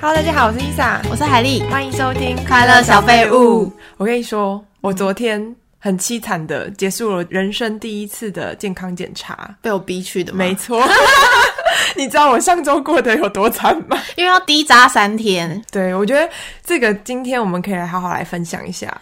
Hello，大家好，我是 Lisa，我是海丽，欢迎收听《快乐小废物。我跟你说，我昨天很凄惨的结束了人生第一次的健康检查。被我逼去的吗？没 错，你知道我上周过得有多惨吗？因为要低渣三天，对，我觉得这个今天我们可以来好好来分享一下。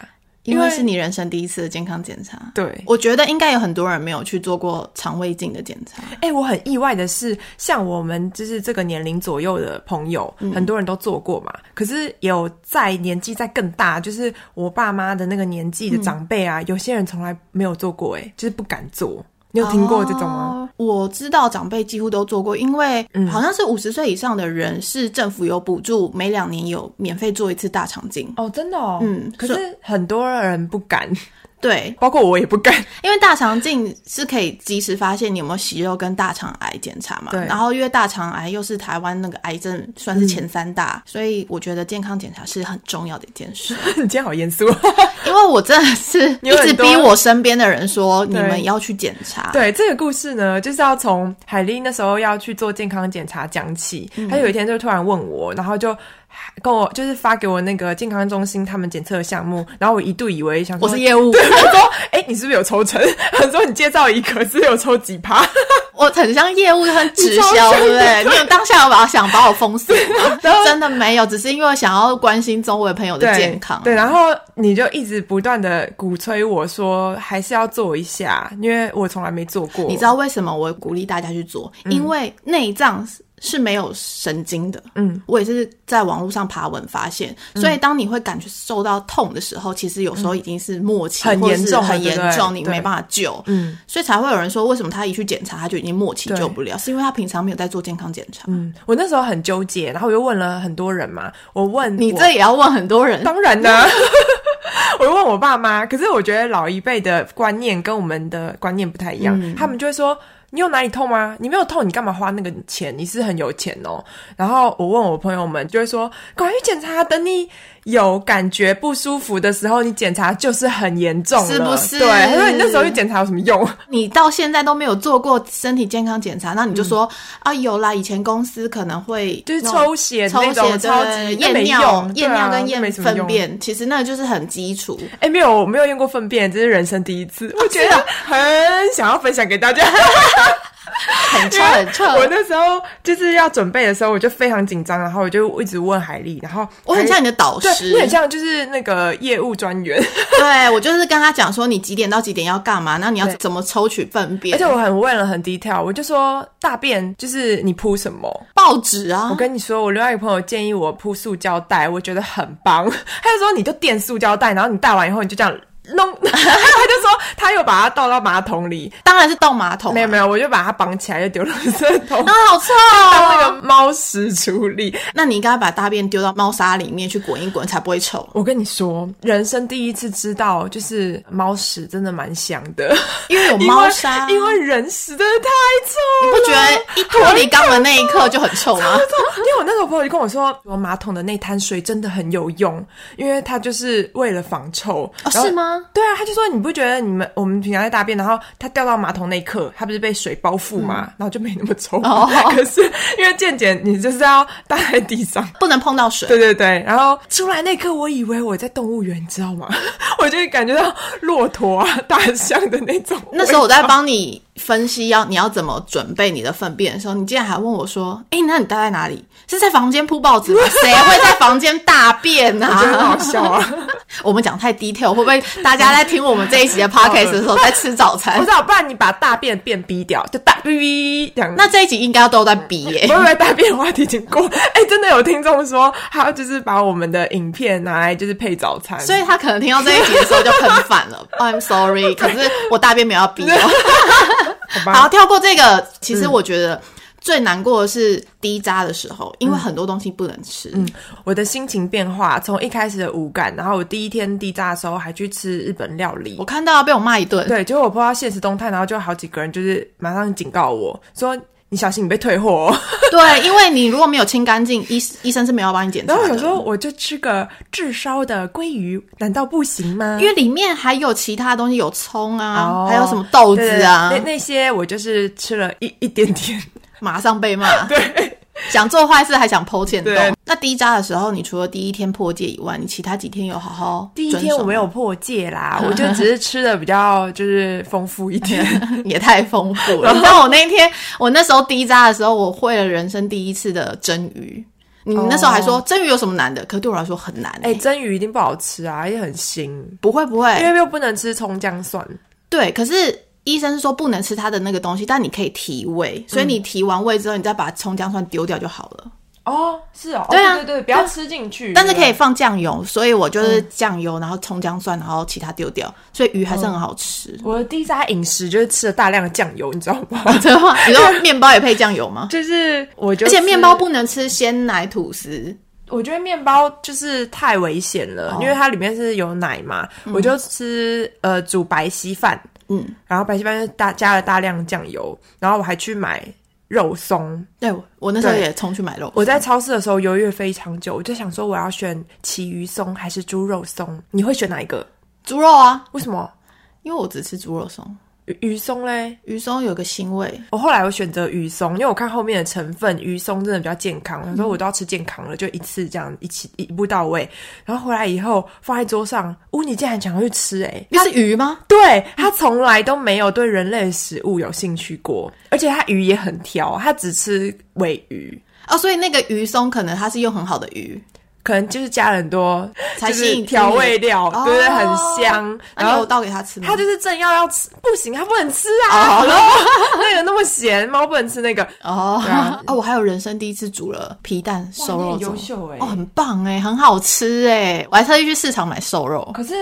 因因为为是你人生第一次的健康检查。对，我觉得应该有很多人没有去做过肠胃镜的检查，哎、我很意外的是，像我们就是这个年龄左右的朋友，很多人都做过嘛。可是有在年纪再更大，就是我爸妈的那个年纪的长辈啊，有些人从来没有做过、哎，就是不敢做。你有听过这种吗？哦？我知道长辈几乎都做过，因为好像是五十岁以上的人是政府有补助，每两年有免费做一次大肠镜。哦，真的哦。嗯可是很多人不敢，对，包括我也不敢。 因为大肠镜是可以及时发现你有没有息肉跟大肠癌检查嘛。对然后因为大肠癌又是台湾那个癌症算是前三大，所以我觉得健康检查是很重要的一件事。你今天好严肃哦。 因为我真的是你一有直很多逼我身边的人说，你对们要去检查。对这个故事呢，就是要从海莉那时候要去做健康检查讲起。嗯她有一天就突然问我，然后就跟我就是发给我那个健康中心他们检测的项目，然后我一度以为想说我是业务，他说：“哎、你是不是有抽成？” 他说：“你介绍一个是有抽几趴。我很像业务，很直你超销，像对不对？你有当下有把我想把我封死 吗？然后真的没有，只是因为想要关心周围朋友”的对，健康。对，然后你就一直不断的鼓吹我说，还是要做一下，因为我从来没做过。你知道为什么我鼓励大家去做？嗯因为内脏是是没有神经的。嗯，我也是在网络上爬文发现，所以当你会感觉受到痛的时候，其实有时候已经是末期，嗯很或者是严重了很严重，对不对你对没办法救。嗯，所以才会有人说，为什么他一去检查他就已经末期对救不了？是因为他平常没有在做健康检查。嗯，我那时候很纠结，然后我就问了很多人嘛，我问你我这也要问很多 人，当然呢，我问我爸妈，可是我觉得老一辈的观念跟我们的观念不太一样，嗯他们就会说。你有哪里痛吗？你没有痛，你干嘛花那个钱？你是很有钱哦。然后我问我朋友们，就会说，赶快去检查。等你有感觉不舒服的时候，你检查就是很严重了，是不是对，他说你那时候去检查有什么 用？你到现在都没有做过身体健康检查，那你就说、啊，有啦，以前公司可能会嗯就是那种抽血抽那种血超对级那验没尿用、验对啊尿跟没验什么粪用便，其实那个就是很基 础。哎、没有，我没有验过粪便，这是人生第一次，我觉啊得很想要分享给大家。很臭很臭。我那时候就是要准备的时候，我就非常紧张，然后我就一直问海丽，然后我很像你的导对，师你，很像就是那个业务专员，对我就是跟他讲说你几点到几点要干嘛，那你要对怎么抽取粪而便且，我很问了很 detail，我就说大便就是你铺什么？报纸啊我，跟你说，我另外一个朋友建议我铺塑胶袋，我觉得很棒，他就说你就垫塑胶袋，然后你带完以后你就这样弄， 他就说他又把它倒到马桶里，当然是倒马桶啊、没有没有，我就把它绑起来，就丢了圾桶。啊，好臭当哦、那个猫屎处理，那你应该把大便丢到猫砂里面去滚一滚，才不会臭。我跟你说，人生第一次知道，就是猫屎真的蛮香的，因为有猫因砂，为因为人屎真的太你臭 了。不觉得一脱离肛门那一刻就很臭 吗？因为我那个朋友就跟我说，我马桶的那滩水真的很有用，因为它就是为了防臭。哦，然后是？吗？对啊，他就说你不觉得你们我们平常在大便，然后它掉到马桶那一刻，它不是被水包覆嘛，然后就没那么臭。嗯哦 可是因为健检，你就是要搭在地上，不能碰到水。对对对，然后出来那刻，我以为我在动物园，你知道吗？ 我就感觉到骆驼啊、大象的那种味道。那时候我在帮你分析要你要怎么准备你的粪便的时候，你竟然还问我说：“哎、那你待在哪里？是在房间铺 报纸吗？谁会在房间大便我觉得很啊好笑啊！？”我们讲太 detail，会不会大家在听我们这一 集的 podcast 的时候在吃早不餐知？道，不然你把大便变逼掉，就大逼逼这样。那这一集应该都在逼耶、我以为大便话题经过，哎、真的有听众说，他就是把我们的影片拿来就是配早餐，所以他可能听到这一集的时候就喷饭 了。oh, I'm sorry，可是我大便没有要逼哦。好吧好，跳过这个，其实我觉得最难过的是低渣的时嗯候，因为很多东西不能吃。我的心情变化从一开始的无感，然后我第一天低渣的时候还去吃日本料理，我看到被我骂一顿，对，结果我 po 到现实动态，然后就好几个人就是马上警告我说：“你小心你被退货、哦。 对，因为你如果没有清干净，医医生是没有帮你检”查然后我想的。说，我就吃个炙烧的鲑鱼，难道不行吗？因为里面还有其他东西，有葱啊，嗯哦还有什么豆对对子对啊，那那些我就是吃了一一点点，马上被骂。 对，想做坏事还想剖欠洞对。那低渣的时候，你除了第一天破戒以外，你其他几天有好好第一遵天守我没有破戒啦，我就只是吃的比较就是丰富一点。 也太丰富了。你知道我那一天，我那时候低渣的时候，我会了人生第一次的蒸鱼。你那时候还说、蒸鱼有什么难的，可对我来说很难、 哎、欸。蒸鱼一定不好吃啊，也很腥，不会不因会，为又不能吃葱姜蒜。对，可是。医生是说不能吃它的那个东西，但你可以提味，所以你提完味之后，你再把葱姜蒜丢掉就好了。哦，是哦，对啊哦对对对，不要吃进去。但是可以以放酱油，所以我就是酱油，然后葱姜蒜，然后其他丢掉，所以鱼还是很好吃。我的低渣饮食就是吃了大量的酱油，你知道吗？真的吗？ 你说面包也配酱油 吗？就是我就而是且面包，不能吃鲜奶吐司，我觉得面包就是太危险哦了，因为它里面是有奶嘛。我就吃呃煮白稀饭，嗯，然后白稀饭就大加了大量酱油，然后我还去买肉松，对我我那时候对也冲去买肉，我在超市的时候犹豫了非常久，我就想说我要选鲫鱼松还是猪肉松？你会选哪一个？猪肉啊，为什么因为我只吃猪肉松，鱼鱼松嘞？鱼松有个腥味，我后来我选择鱼松，因为我看后面的成分，鱼松真的比较健康。我想说我都要吃健康了，就一次这样一起一步到位。然后回来以后放在桌上，乌尼竟然想要去吃、欸， 那是鱼吗？对他从来都没有对人类的食物有兴趣过，而且他鱼也很挑，他只吃尾鱼。哦，所以那个鱼松可能它是用很好的鱼，可能就是加了很多才就是吸引调味料，哦对对，很香。然然后后倒给它吃吗？他就是正要要吃，不行，他不能吃啊！ 那个那么咸，猫不能吃那个。哦对啊哦，我还有人生第一次煮了皮蛋瘦哇你肉很粥优，秀哎哦，很棒哎，很好吃哎，我还特意去市场买瘦肉，可是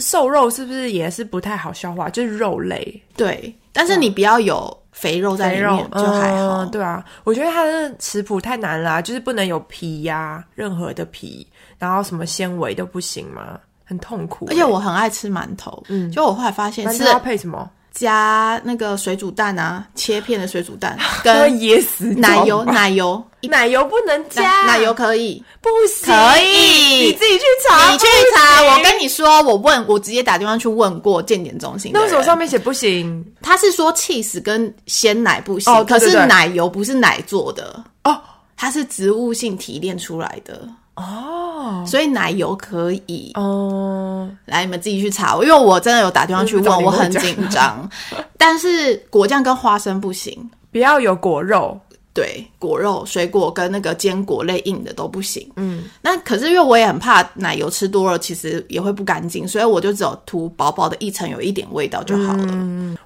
瘦肉是不是也是不太好消化？就是肉类、对，但是你不要有肥肉在啊肥里肉面就还好嗯。对啊，我觉得它的食谱太难啦、就是不能有皮呀、任何的皮，然后什么纤维都不行嘛，很痛苦欸、而且我很爱吃馒头，嗯，就我后来发现那吃知道配什么？加那个水煮蛋啊，切片的水 煮蛋会跟噎 死你奶油，知道吗奶 油 奶油不能加，奶奶油可以，不行，可以你自己去查，你去不查。行我跟你说，我问，我直接打电话去问过健检中心的那人。为什么上面写不行？他是说 cheese 跟鲜奶不行，哦对对可对是奶油不是奶做的，哦它是植物性提炼出来的，哦所以奶油可以。哦，来，你们自己去查，因为我真的有打电话去嗯不问，懂我你很会紧张。但是果酱跟花生不行，不要有果肉，对，果肉、水果跟那个坚果类硬的都不行。嗯，那可是因为我也很怕奶油吃多了，其实也会不干净，所以我就只有涂薄薄的一层，有一点味道就好了。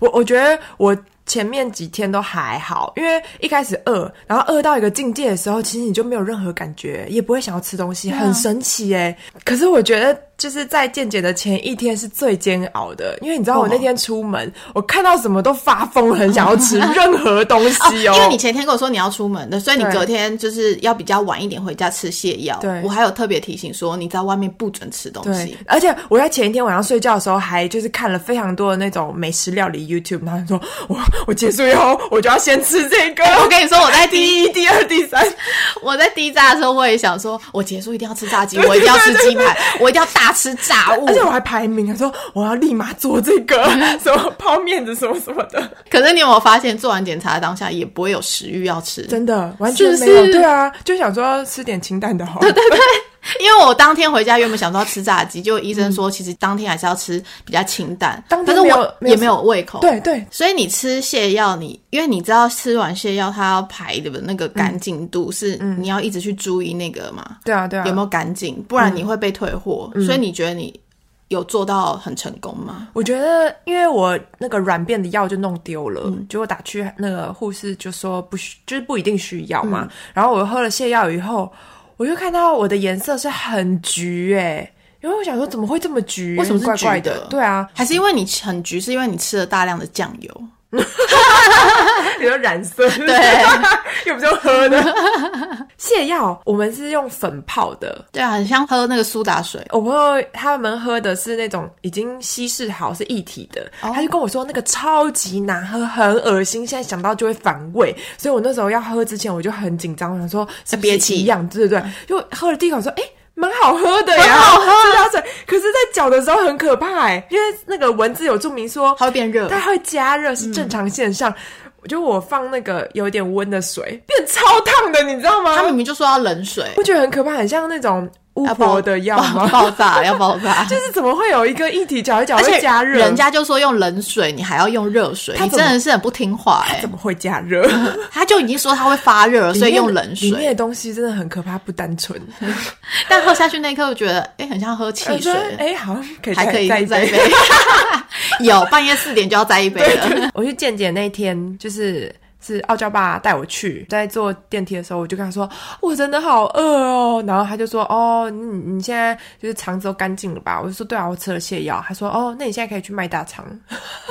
我我觉得我前面几天都还好，因为一开始饿，然后饿到一个境界的时候，其实你就没有任何感觉，也不会想要吃东西，啊很神奇哎、可是我觉得就是在健检的前一天是最煎熬的，因为你知道哦我那天出门，我看到什么都发疯了，很想要吃任何东西哦，哦啊因为你前天跟我说你要出门的，所以你对隔天就是要比较晚一点回家吃泻药。对我还有特别提醒说你在外面不准吃东对西。，而且我在前一天晚上睡觉的时候，还就是看了非常多的那种美食料理 YouTube，然后说我我结束以后，我就要先吃这个。我跟你说，我在第一第一、第二、第 三，我在低炸的时候，我也想说，我结束一定要吃炸 鸡，我一定要吃鸡排，我一定要大吃炸物而。且我还排名，我说我要立马做这 个什么泡面子什么什么的，可是你有没有发现，做完检查的当下也不会有食欲要吃？真的完全没是有。不是对啊，就想说吃点清淡的好了。对对 因为我当天回家原本想说要吃炸鸡，就医生说其实当天还是要吃比较清淡，嗯当但天是没有我没有也没有胃口。，对对所以你吃泻药，你因为你知道吃完泻药它要排的那个干净度嗯是你要一直去注意那个嘛，对啊对啊！有没有干净，不然你会被退货。嗯所以你觉得你有做到很成功吗？我觉得，因为我那个软便的药就弄丢了，结果打去那个护士就说不需，就是不一定需要嘛。然后我喝了泻药以后，我就看到我的颜色是很橘诶、因为我想说怎么会这么橘？为什么是怪怪橘的对啊， 还是因为你很局，是因为你吃了大量的酱油？比较染色，对，又不是用喝的。 泻药我们是用粉泡的。 对啊，很像喝那个苏打水。我朋友他们喝的是那种已经稀释好是一体的，他就跟我说那个超级难喝，很恶心，现在想到就会反胃。所以我那时候要喝之前我就很紧张，我想说是不是憋气一样，对对对，就喝了第一口说，哎、嗯蛮好喝的呀，好喝苏打水。可是，在搅的时候很欸可怕哎、因为那个文字有注明说它会变热，嗯它会加热是正常现象。我觉得我放那个有点温的水，变超烫的，你知道吗？他明明就说要冷水，不觉得很可怕，很像那种巫要婆爆的药 爆吗？。爆炸要爆炸就是怎么会有一个液体搅一搅哦而且会加热？人家就说用冷水，你还要用热水，他你怎真么的是很不听话哎、怎么会加热？他就已经说他会发热 了，所以用冷里面水。的东西真的很可怕，不单纯。但喝下去那一刻，我觉得哎、很像喝 汽我觉水欸得，哎，好像可以还可以再再一一杯。杯。 有半夜四点就要再一杯了。 我去健检那天，就是是傲娇爸带我去，在坐电梯的时候，我就跟他说我真的好饿哦，然后他就说哦，你你现在就是肠子都干净了吧？我就说对啊，我吃了泻药。他说哦，那你现在可以去卖大 肠，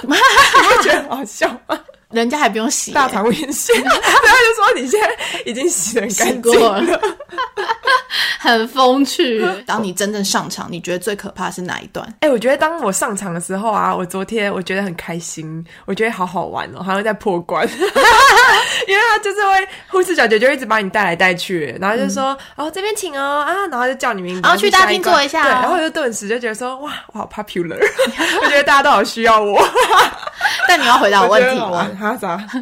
你不觉得很好笑吗？人家还不用洗、大欸，肠炎线， 然后他就说你现在已经洗得很干净洗过了。很风趣。当你真正上场，你觉得最可怕是哪一段？哎、我觉得当我上场的时候啊，我昨天我觉得很开心，我觉得好好玩哦，好像在破关， 因为他就是会护士小姐就一直把你带来带去，然后就说、哦这边请哦啊，然后就叫你名字，嗯哦去大厅下一关坐一下哦对，然后我就顿时就觉得说哇，我好 popular，我 觉得大家都好需要我，但你要回答我我觉问得题啊好嗯吗？玩，哈啥？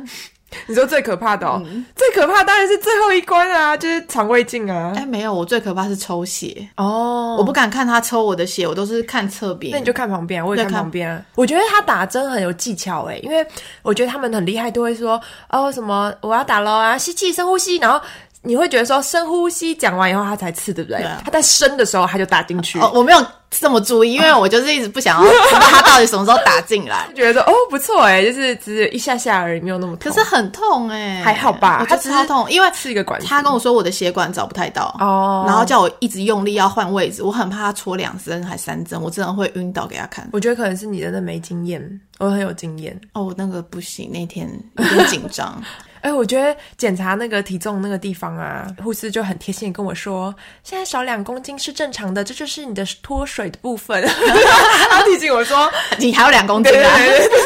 你说最可怕的哦，最可怕当然是最后一关啊，就是肠胃镜啊哎、。没有，我最可怕是抽血，哦我不敢看他抽我的血，我都是看侧边。那你就看旁边啊，我也对看看旁边啊。我觉得他打针很有技巧哎、因为我觉得他们很厉害，都会说哦什么我要打喽啊，吸气深呼吸，然后你会觉得说深呼吸讲完以后他才刺，对不对？对啊他在深的时候他就打进去，哦，我没有这么注意，因为我就是一直不想要知道他到底什么时候打进来就。觉得哦不错哎、就是只是一下下而已，没有那么可痛。是很痛哎、还好吧我他就只超是痛，因为是一个管子他跟我说我的血管找不太到哦然后叫我一直用力要换位置，我很怕他戳两针还三针，我真的会晕倒给他看。我觉得可能是你真的没经验，我很有经验。哦，我那个不行，那天有点紧张。哎、我觉得检查那个体重那个地方啊，护士就很贴心地跟我说，现在少两公斤是正常的，这就是你的脱水的部 分。 他提醒我说，你还有两公斤对对 啊，对对对对，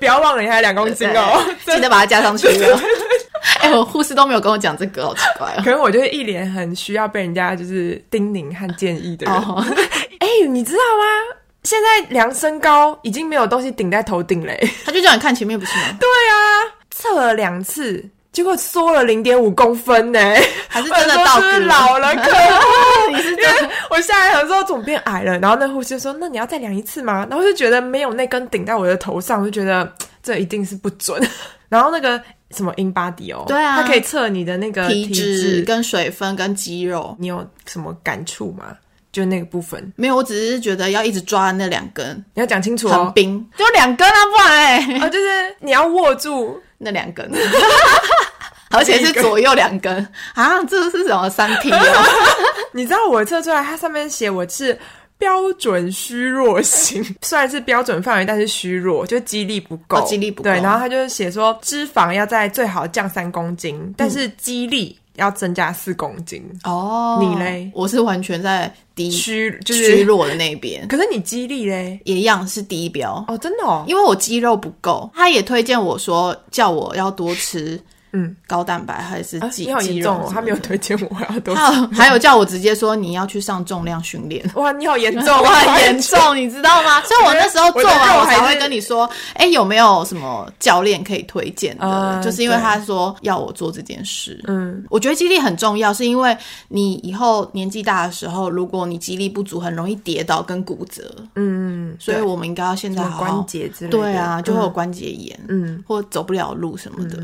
不要忘了你还有两公斤 哦。记得把它加上去哦。哎、我护士都没有跟我讲这个，好奇怪哦。可能我就是一脸很需要被人家就是叮咛和建议 的人。哎、哦你知道吗？现在量身高已经没有东西顶在头顶嘞、他就叫你看前面不是吗？对啊，测了两次，结果缩了零点五公分呢、还是真的到我骨说是了老了，可恶！你是因为 我下来的时候怎么变矮了？然后那护士就说：“那你要再量一次吗？”然后我就觉得没有那根顶在我的头上，我就觉得嘖这一定是不准。 然后那个什么 in body 哦，对啊它可以测你的那个皮质脂。呃跟水分跟肌肉你有什么感触吗？就那个部分，没有，我只是觉得要一直抓那两根，你要讲清楚很哦。冰，就两根啊，不然哎、啊，就是你要握住， 那两根， 而且是左右两根啊，这是什么三 P 哦？你知道我测出来，它上面写我是标准虚弱型， 虽然是标准范围，但是虚弱，就肌力不够，哦肌力不够对，然后他就写说脂肪要在最好降三公嗯斤，但是肌力要增加四公斤。哦你嘞我是完全在低虚就是虚，弱的那边，可是你肌力嘞？也一样是低标，哦，真的哦，因为我肌肉不够。他也推荐我说叫我要多吃嗯高蛋白还是啊，肌你好肌严肉重哦，什么他没有的推荐我要多吃。还有 还有叫我直接说你要去上重量训练。哇，你好严重， 我很严。重，你知道 吗？所以我那时候做完，我才会跟你说，哎、有没有什么教练可以推荐的？嗯就是因为他说要我做这件事。嗯，呃我觉得肌力很重要，是因为你以后年纪大的时候，如果你肌力不足，很容易跌倒跟骨折。嗯，所以我们应该要现在什好么好关节之类的，对啊，就会有关节炎，嗯，或走不了路什么的。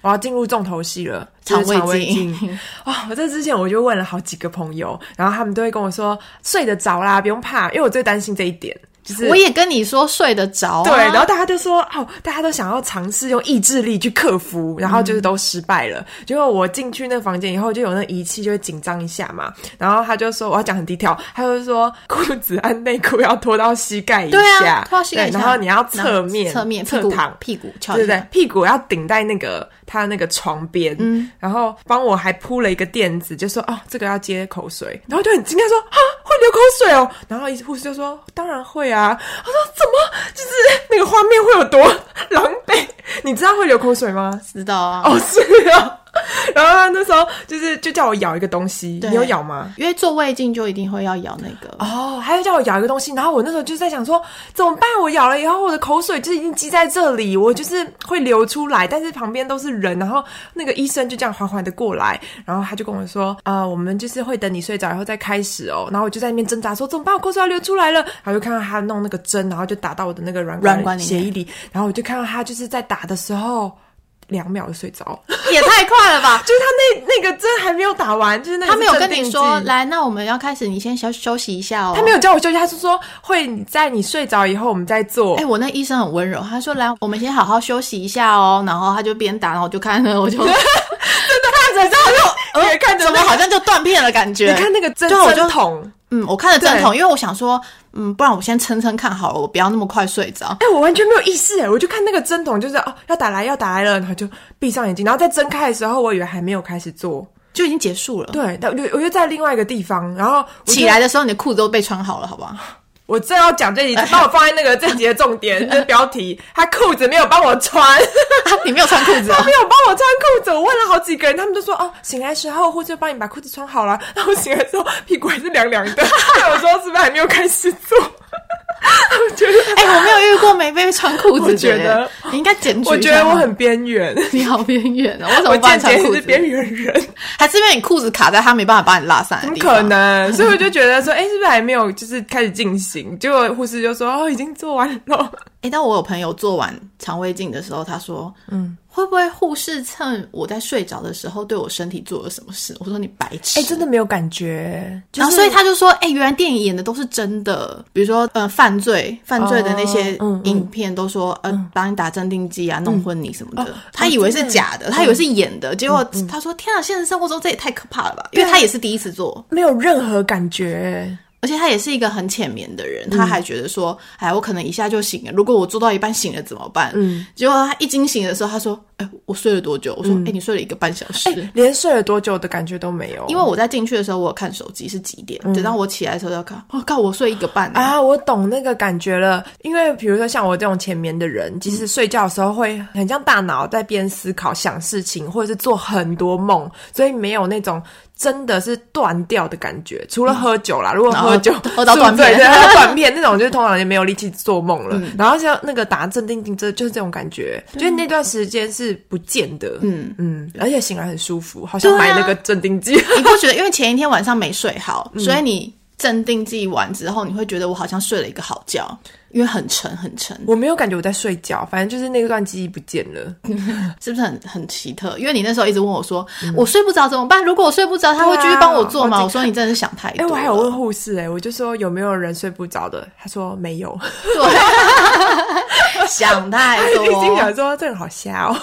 我要进入重头戏了，肠就是肠胃胃镜镜。 啊、我这之前我就问了好几个朋友，然后他们都会跟我说睡得着啦，不用怕，因为我最担心这一点，就是我也啊跟你说睡得着、啊，对，然后大家就说哦，大家都想要尝试用意志力去克服，然后嗯就是都失败了。结果我进去那房间以后，就有那仪器就会紧张一下嘛，然后他就说我要讲很低调，他就说裤子和内裤要脱到膝盖一下，对啊，脱到膝盖以对下，然后你要侧面侧面屁侧股躺。屁股翘对起不对来，？屁股要顶在那个他那个床边，然后帮我还铺了一个垫子，就说哦，这个要接口水，然后就很惊讶说啊，会流口水哦。然后一护士就说哦当然会啊，我说怎么就是那个画面会有多狼狈？你知道会流口水吗？哦知道啊。哦，是啊，然后他那时候就是就叫我咬一个东西，对你有咬吗？因为做胃镜就一定会要咬那个。哦，还有叫我咬一个东西，然后我那时候就在想说怎么办？我咬了以后，我的口水就是已经积在这里，我就是会流出来，但是旁边都是人，然后那个医生就这样缓缓的过来，然后他就跟我说，呃，我们就是会等你睡着以后再开始哦。然后我就在那边挣扎说怎么办？我口水要流出来了，然后就看到他弄那个针，然后就打到我的那个软软管里面血液里，然后我就看到他就是在打的时候两秒就睡着， 也太快了吧！就是他那那个针还没有打完， 就是那个他没有是跟镇你定说，剂来，那我们要开始，你先休休息一下哦。他没有叫我休息，他是说会你在你睡着以后我们再做。哎、我那医生很温柔，他说来，我们先好好休息一下哦。然后他就边打，然后我就看着，我就 看着之后就也看着怎么那个好像就断片了感觉。你看那个针对我就针筒， 嗯，我看着针筒，对因为我想说，嗯，不然我先撑撑看好了，我不要那么快睡着。哎、我完全没有意识哎，我就看那个针筒，就是哦要打来要打来了，然后就闭上眼睛，然后再睁开的时候，我以为还没有开始做，就已经结束了。对，但我就我就在另外一个地方，然后我就起来，的时候，你的裤子都被穿好了，好不好？我正要讲这集，帮我放在那个这集的重 点，就是标题，他裤子没有帮我穿。你没有穿裤子、他哦没，有帮我穿裤子，我问了好几个人，他们都说哦，醒来时候护士帮你把裤子穿好了。然后醒来之后屁股还是凉凉 的，我说是不是还没有开始做？我觉得， 哎、我没有遇过没被穿裤子 的。我觉得你应该检 举。我觉得我，很边缘，你好边缘哦，为什我么帮间你穿接裤是子？边缘人，还是因为你裤子卡在他没办法把你拉上来怎的么地方？可能？所以我就觉得说，哎、是不是还没有就是开始进行？结果护士就说哦，已经做完了。哎、但我有朋友做完肠胃镜的时候，他说：“嗯，会不会护士趁我在睡着的时候对我身体做了什么事？”我说：“你白痴。哎真的没有感觉，然后，所以他就说：“哎、原来电影演的都是真的，比如说，呃，犯罪、犯罪的那些嗯嗯嗯影片都说，呃，把你打镇定剂啊，弄昏你什么哦的。他以为是假的，他以为嗯是演的，结果他说：‘天啊，现实生活中这也太可怕了啊吧！’因为他也是第一次做，没有任何感觉。而且他也是一个很浅眠的人，嗯他还觉得说，哎，我可能一下就醒了，如果我做到一半醒了怎么办？嗯，结果他一惊醒的时候，他说，哎，我睡了多久？我说，嗯哎，你睡了一个半小时。连睡了多久的感觉都没有，因为我在进去的时候，我有看手机是几点，等到我起来的时候要看，我、哦、靠，我睡一个半啊！嗯啊，我懂那个感觉了。因为比如说像我这种浅眠的嗯人，其实睡觉的时候会很像大脑在边思考、想事情，或者是做很多梦，所以没有那种真的是断掉的感觉。除了喝酒啦，如果喝酒嗯哦喝到断片嗯对，对喝到断片那种，就是通常就没有力气做梦了。然后像那个打镇定剂，这就是这种感觉，就是那段时间是不见的。嗯嗯，而且醒来很舒服，好像对啊买那个镇定剂。 你不觉得？因为前一天晚上没睡好，所以你镇定剂完之后，你会觉得我好像睡了一个好觉，因为很沉很沉，我没有感觉我在睡觉，反正就是那段记忆不见了。是不是很很奇特？因为你那时候一直问我说，我睡不着怎么办？如果我睡不着，他会继续帮我做嗯吗？对啊我说你真的是想太哎、多了。我还有问护士哎、我就说有没有人睡不着的，他说没有， 对，想太我心 多。想说这人好瞎哦、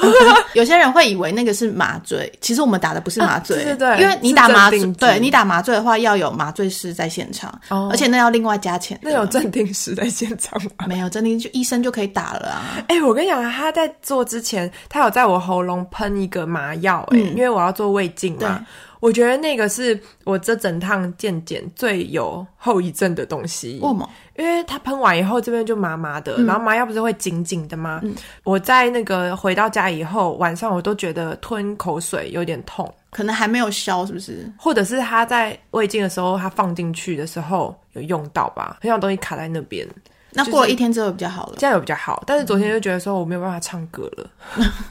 有些人会以为那个是麻醉，其实我们打的不是麻醉， 啊对对对因为你打麻是醉镇定，剂对你打麻醉的话要有麻醉师在现场，哦而且那要另外加钱的。那有镇定师在现场吗？ 没有，真的就医生就可以打了啊。哎、我跟你讲，他在做之前，他有在我喉咙喷一个麻药哎、因为我要做胃镜嘛对。我觉得那个是我这整趟健检最有后遗症的东西。为什么？因为它喷完以后这边就麻麻的，然后麻药不是会紧紧的吗？我在那个回到家以后，晚上我都觉得吞口水有点痛，可能还没有消，是不是？或者是它在胃镜的时候，它放进去的时候有用到吧？很想东西卡在那边，那过了一天之后比 较好了。这样有比较好。但是昨天就觉得说我没有办法唱歌了，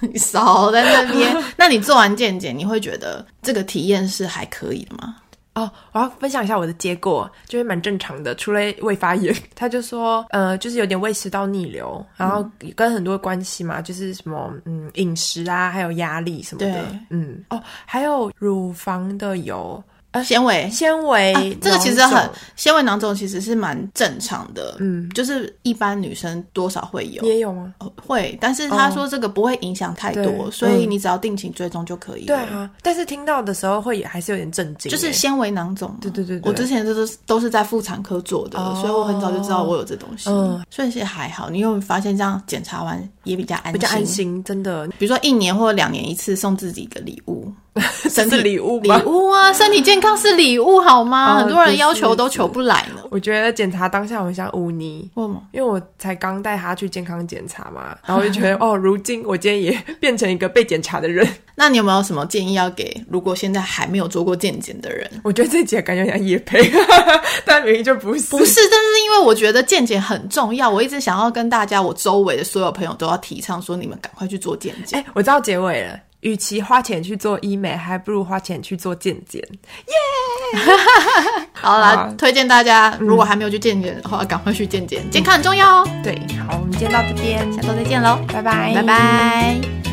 你少在那边。 那你做完健检，你会觉得这个体验是还可以的吗？哦，我要分享一下我的结果，就是蛮正常的，除了胃发炎，他就说，呃，就是有点胃食道逆流，然后跟很多关系嘛，就是什么，嗯，饮食啊，还有压力什么对的，嗯，哦，还有乳房的有纤维。纤维、啊这个其实囊肿很纤维囊肿，其实是蛮正常的，嗯，就是一般女生多少会有你，也有吗？哦会，但是他说这个不会影响太多，对嗯所以你只要定期追踪就可以对了。啊，但是听到的时候会也还是有点震惊欸，就是纤维囊肿嘛，对对对对哦我之前就是都是在妇产嗯科做的，所以我很早就知道我有这东西，所以是还好。你有没有发现这样检查完也比较安心，比较安心，真 的。比如说一年或两年一次送自己一个礼物，身体是礼物礼吗物啊，身体健康是礼物好吗？哦很多人要不求是都求不来呢。 我觉得检查当下，我很想污泥。为什么？因为我才刚带他去健康检查嘛，然后我就觉 得哦，如今我今天也变成一个被检查的人。那你有没有什么建议要给如果现在还没有做过健检的人？ 我觉得这节感觉像叶培， 但明明就不是。不是，但是因为我觉得健检很重要，我一直想要跟大家，我周围的所有朋友都要提倡说，你们赶快去做健检。哎、我知道结尾了。与其花钱去做医美，还不如花钱去做健检。好好啦啊，嗯推荐大家，如果还没有去健检的话，赶快去健检，健康很重要哦。对，好，我们今天到这边，下周再见喽，拜拜，拜拜。